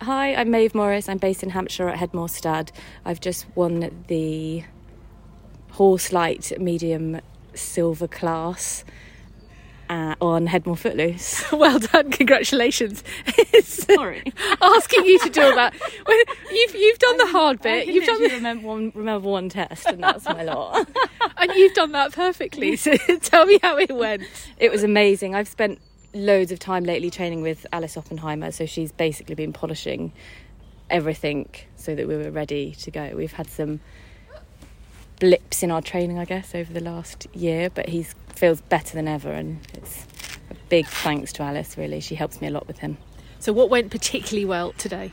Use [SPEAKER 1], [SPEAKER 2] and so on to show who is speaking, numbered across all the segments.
[SPEAKER 1] Hi, I'm Maeve Morris. I'm based in Hampshire at Headmore Stud. I've just won the horse light medium silver class uh, on Headmore Footloose.
[SPEAKER 2] Well done, congratulations. It's
[SPEAKER 1] Sorry.
[SPEAKER 2] asking you to do all that. Well, you've, you've done the hard bit,
[SPEAKER 1] You've
[SPEAKER 2] you've done, the,
[SPEAKER 1] remember one, remember one test, and that's my lot.
[SPEAKER 2] and you've done that perfectly. So tell me how it went.
[SPEAKER 1] It was amazing. I've spent loads of time lately training with Alice Oppenheimer, so she's basically been polishing everything so that we were ready to go. We've had some blips in our training, I guess, over the last year, but he feels better than ever, and it's a big thanks to Alice, really. She helps me a lot with him.
[SPEAKER 2] So, what went particularly well today?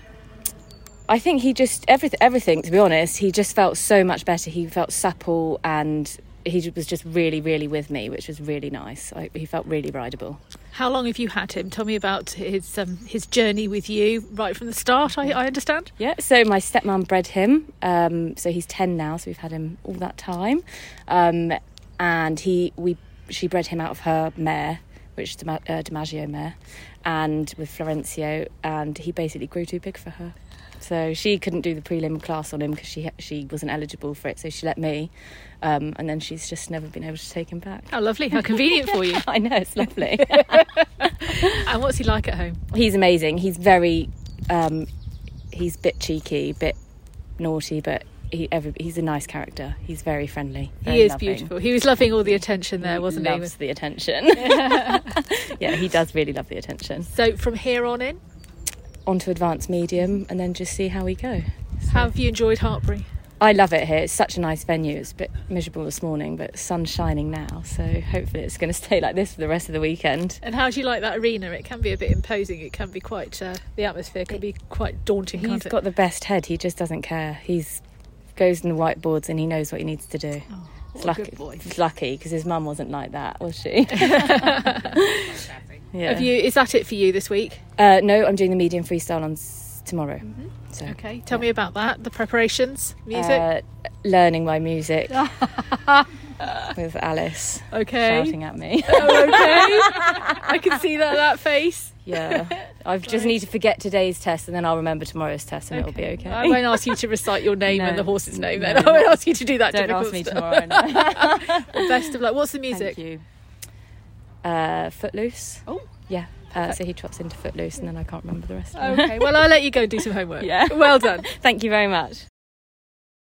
[SPEAKER 1] I think he just everything. Everything, to be honest, he just felt so much better. He felt supple, and he was just really, really with me, which was really nice. I, he felt really rideable.
[SPEAKER 2] How long have you had him? Tell me about his um, his journey with you right from the start. I, I understand.
[SPEAKER 1] Yeah, so my stepmom bred him. Um, so he's ten now, so we've had him all that time, um, and he we she bred him out of her mare, which is Dima- uh, DiMaggio mare, and with Florencio, and he basically grew too big for her. So she couldn't do the prelim class on him because she she wasn't eligible for it. So she let me, um, and then she's just never been able to take him back.
[SPEAKER 2] How lovely! How convenient for you.
[SPEAKER 1] I know it's lovely.
[SPEAKER 2] And what's he like at home?
[SPEAKER 1] he's amazing. He's very, um, he's a bit cheeky, a bit naughty, but he every, he's a nice character. He's very friendly. very
[SPEAKER 2] He is
[SPEAKER 1] loving.
[SPEAKER 2] beautiful. He was loving all the attention there, wasn't
[SPEAKER 1] he?
[SPEAKER 2] he?
[SPEAKER 1] Loves the attention. yeah, he does really love the attention.
[SPEAKER 2] So from here on in,
[SPEAKER 1] On to advanced medium, and then just see how we go.
[SPEAKER 2] how have you enjoyed Hartbury?
[SPEAKER 1] I love it here. It's such a nice venue. It's a bit miserable this morning, but sun's shining now, so hopefully it's going to stay like this for the rest of the weekend.
[SPEAKER 2] And how do you like that arena? It can be a bit imposing. It can be quite. Uh, the atmosphere can be quite daunting.
[SPEAKER 1] He's
[SPEAKER 2] can't it?
[SPEAKER 1] got the best head. He just doesn't care. He's goes in the whiteboards and he knows what he needs to do.
[SPEAKER 2] Oh, what
[SPEAKER 1] it's
[SPEAKER 2] a
[SPEAKER 1] lucky,
[SPEAKER 2] good boy.
[SPEAKER 1] It's lucky because his mum wasn't like that, was she? yeah.
[SPEAKER 2] Have you? Is that it for you this week?
[SPEAKER 1] Uh, no, I'm doing the medium freestyle on s- tomorrow. So
[SPEAKER 2] Okay, tell me about that. The preparations, music.
[SPEAKER 1] uh, learning my music with Alice
[SPEAKER 2] okay, Oh,
[SPEAKER 1] shouting at me.
[SPEAKER 2] I can see that that face.
[SPEAKER 1] yeah, I just need to forget today's test and then I'll remember tomorrowow's test and it'll be okay.
[SPEAKER 2] I won't ask you to recite your name and
[SPEAKER 1] No,
[SPEAKER 2] the horse's name. Then
[SPEAKER 1] no.
[SPEAKER 2] I won't ask you to do that.
[SPEAKER 1] Don't
[SPEAKER 2] difficult
[SPEAKER 1] ask me
[SPEAKER 2] stuff.
[SPEAKER 1] tomorrow. No.
[SPEAKER 2] Best of luck. What's the music?
[SPEAKER 1] Thank you. Uh, Footloose.
[SPEAKER 2] Oh.
[SPEAKER 1] Yeah. Uh, so he drops into Footloose and then I can't remember the rest.
[SPEAKER 2] Okay. Well, I'll let you go and do some homework.
[SPEAKER 1] Yeah.
[SPEAKER 2] Well done.
[SPEAKER 1] Thank you very much.